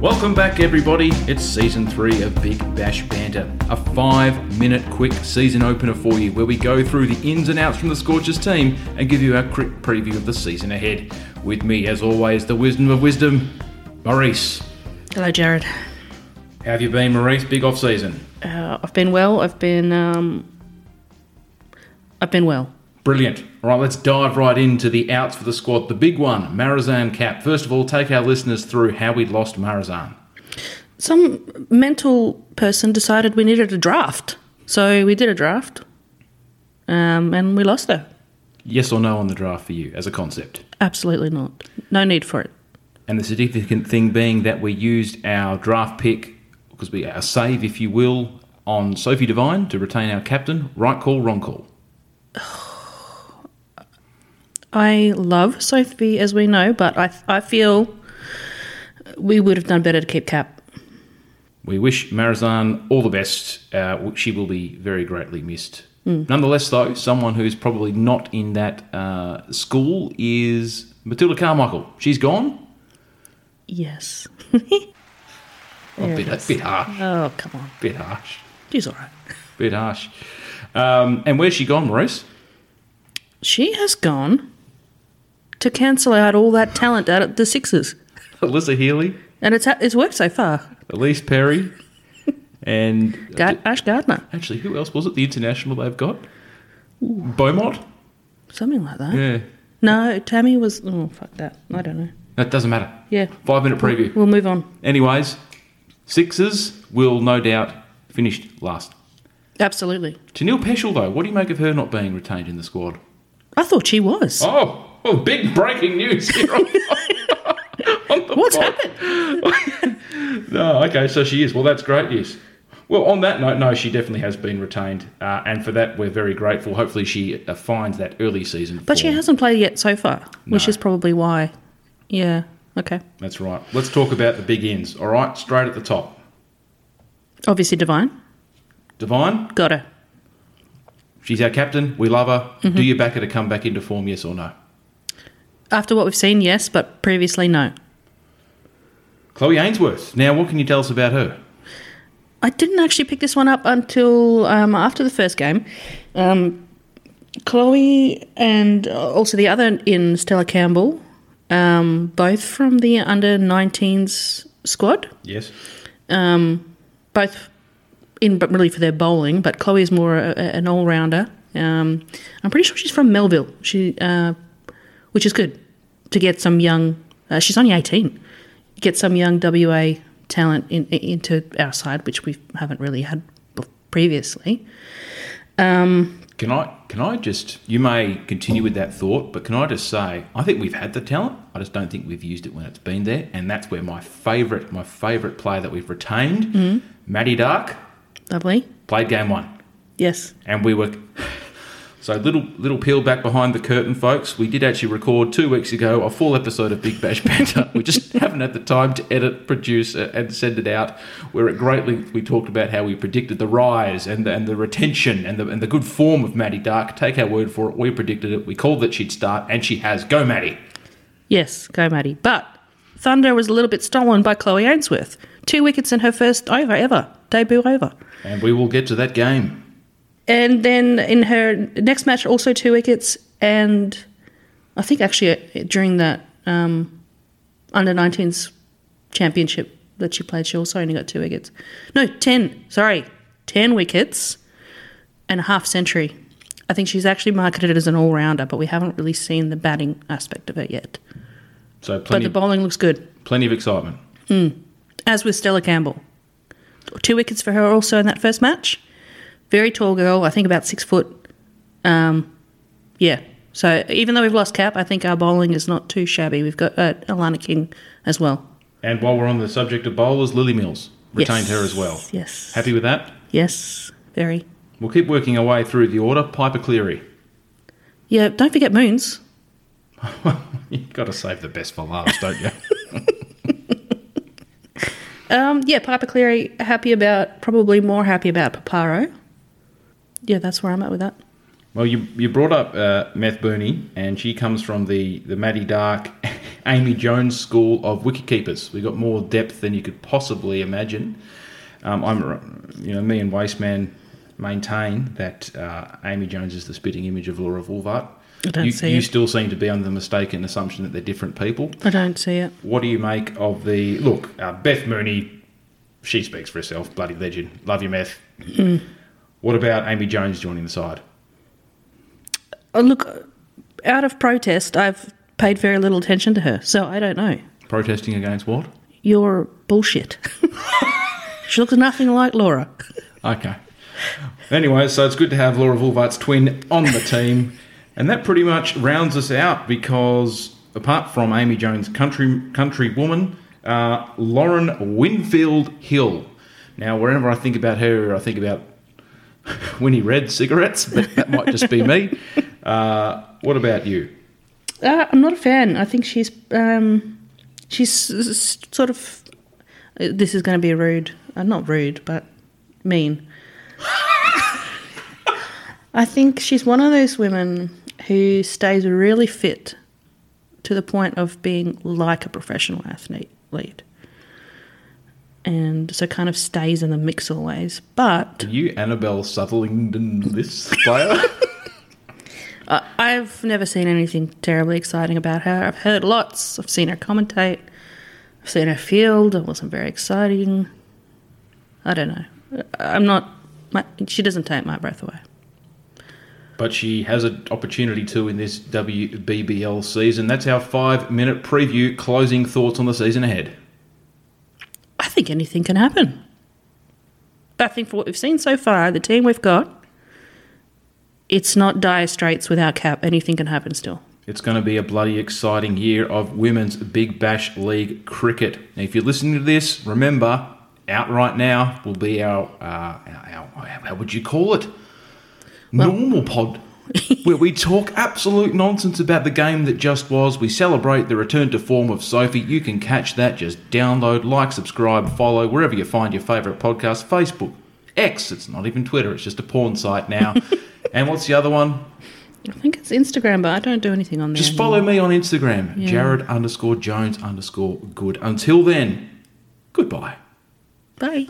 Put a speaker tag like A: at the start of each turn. A: Welcome back, everybody. It's season three of Big Bash Banter, a five minute quick season opener for you where we go through the ins and outs from the Scorchers team and give you our quick preview of the season ahead. With me, as always, the wisdom of wisdom, Maurice.
B: Hello, Jared.
A: How have you been, Maurice? Big off season.
B: Uh, I've been well. I've been. Um, I've been well.
A: Brilliant. All right, let's dive right into the outs for the squad. The big one, Marizan Cap. First of all, take our listeners through how we lost Marizan.
B: Some mental person decided we needed a draft, so we did a draft, um, and we lost her.
A: Yes or no on the draft for you as a concept?
B: Absolutely not. No need for it.
A: And the significant thing being that we used our draft pick, because we our save, if you will, on Sophie Devine to retain our captain. Right call, wrong call.
B: I love Sophie, as we know, but I I feel we would have done better to keep Cap.
A: We wish Marizan all the best. Uh, she will be very greatly missed. Nonetheless, though, someone who's probably not in that uh, school is Matilda Carmichael. She's gone.
B: Yes.
A: A bit, a bit harsh.
B: Oh come on,
A: Bit harsh.
B: she's all right.
A: Bit harsh. Um, and where's she gone, Maurice?
B: She has gone to cancel out all that talent out at the Sixers.
A: Alyssa Healy,
B: And it's it's worked so far.
A: Elise Perry, and
B: Ga- Ash Gardner,
A: Actually, who else was it? The international they've got? Beaumont?
B: something like that.
A: Yeah.
B: No, Tammy was. Oh fuck that. I don't know.
A: That doesn't matter.
B: Yeah.
A: Five minute preview.
B: We'll move on.
A: Anyways, Sixers will no doubt finish last.
B: Absolutely.
A: Tanil Peschel, though, what do you make of her not being retained in the squad?
B: I thought she was.
A: Oh, oh big breaking news here on, on the
B: What's
A: pod. no, okay, so she is. Well, that's great news. Well, on that note, no, she definitely has been retained, uh, and for that we're very grateful. Hopefully, she uh, finds that early season.
B: But she
A: form.
B: hasn't played yet so far, which is probably why. Yeah. Okay.
A: That's right. Let's talk about the big ends. All right, straight at the top.
B: Obviously, Divine
A: Divine,
B: got her.
A: she's our captain. We love her. Do you back her to come back into form, yes or no?
B: After what we've seen, yes, but previously, no.
A: Chloe Ainsworth. Now, what can you tell us about her?
B: I didn't actually pick this one up until um, after the first game. Um, Chloe and uh, also the other in Stella Campbell, um, both from the under 19s squad,
A: Yes.
B: both in but really for their bowling, but Chloe is more a, a- an all rounder. Um, I'm pretty sure she's from Melville, she, uh, which is good to get some young, uh, she's only 18, get some young WA talent in, in- into our side, which we haven't really had bef- previously.
A: Can I? Can I just? You may continue with that thought, but can I just say I think we've had the talent. I just don't think we've used it when it's been there, and that's where my favourite, my favourite player that we've retained, Maddie Dark,
B: Lovely.
A: played game one.
B: Yes.
A: and we were so little little peel back behind the curtain folks we did actually record two weeks ago a full episode of big bash banter we just haven't had the time to edit produce uh, and send it out where at great length we talked about how we predicted the rise and the, and the retention and the, and the good form of maddie dark take our word for it we predicted it we called that she'd start and she has go maddie
B: Yes. Go, Maddie. But Thunder was a little bit stolen by Chloe Ainsworth. Two wickets in her first over ever, debut over.
A: and we will get to that game
B: And then in her next match, also two wickets. And I think actually uh, during that um, under 19s championship that she played, she also only got two wickets. No, 10. Sorry, 10 wickets and a half century. I think she's actually marketed as an all rounder, but we haven't really seen the batting aspect of it yet.
A: so
B: But
A: plenty,
B: the bowling looks good,
A: plenty of excitement
B: as with Stella Campbell. Two wickets for her also in that first match. Very tall girl, I think about six foot. Um, yeah. So even though we've lost cap, I think our bowling is not too shabby. We've got uh, Alana King as well.
A: and while we're on the subject of bowlers lily mills retained
B: Yes.
A: her as well
B: Yes.
A: happy with that
B: Yes. Very.
A: We'll keep working our way through the order. Piper Cleary.
B: Yeah. Don't forget Moons.
A: You've got to save the best for last, don't you?
B: Um, yeah. Piper Cleary happy about probably more happy about Paparo. Yeah, that's where I'm at with that.
A: well, you, you brought up uh, Meth Booney, and she comes from the, the Maddie Dark Amy Jones school of wicketkeepers. We got more depth than you could possibly imagine. Um, I'm, you know, me and Wasteman maintain that uh, Amy Jones is the spitting image of Laura Vulvart.
B: I don't
A: you,
B: see
A: you
B: it.
A: still seem to be under the mistaken assumption that they're different people.
B: I don't see it.
A: What do you make of the look? Uh, Beth Mooney, she speaks for herself. Bloody legend. Love you, Meth. What about Amy Jones joining the side?
B: Oh, look, out of protest, I've paid very little attention to her, so I don't know.
A: Protesting against what?
B: You're bullshit. she looks nothing like Laura.
A: Okay. Anyway, so it's good to have Laura Vulvart's twin on the team. and that pretty much rounds us out because apart from Amy Jones, country, country woman, uh, Lauren Winfield Hill. Now, whenever I think about her, I think about Winnie Red cigarettes, but that might just be me. Uh, what about you?
B: Uh, I'm not a fan. I think she's um, she's s- s- sort of. uh, This is going to be rude. Uh, not rude, but mean. I think she's one of those women who stays really fit to the point of being like a professional athlete. And so kind of stays in the mix always. But
A: Are you Annabelle Sutherland and this player?
B: I- I've never seen anything terribly exciting about her. I've heard lots. I've seen her commentate. I've seen her field. It wasn't very exciting. I don't know. I- I'm not. My, she doesn't take my breath away.
A: but she has an opportunity to in this WBBL season. That's our five minute preview. Closing thoughts on the season ahead.
B: I think anything can happen. I think for what we've seen so far, the team we've got, it's not dire straits without cap. Anything can happen still.
A: It's going to be a bloody exciting year of Women's Big Bash League cricket. Now, if you're listening to this, remember, out right now will be our, uh, our, our how would you call it? Normal pod. where we talk absolute nonsense about the game that just was. We celebrate the return to form of Sophie. You can catch that. Just download, like, subscribe, follow, wherever you find your favourite podcast. Facebook, X, it's not even Twitter, it's just a porn site now. and what's the other one?
B: I think it's Instagram, but I don't do anything on there.
A: Just follow me on Instagram,
B: Yeah.
A: Jared underscore Jones underscore good. Until then, goodbye.
B: Bye.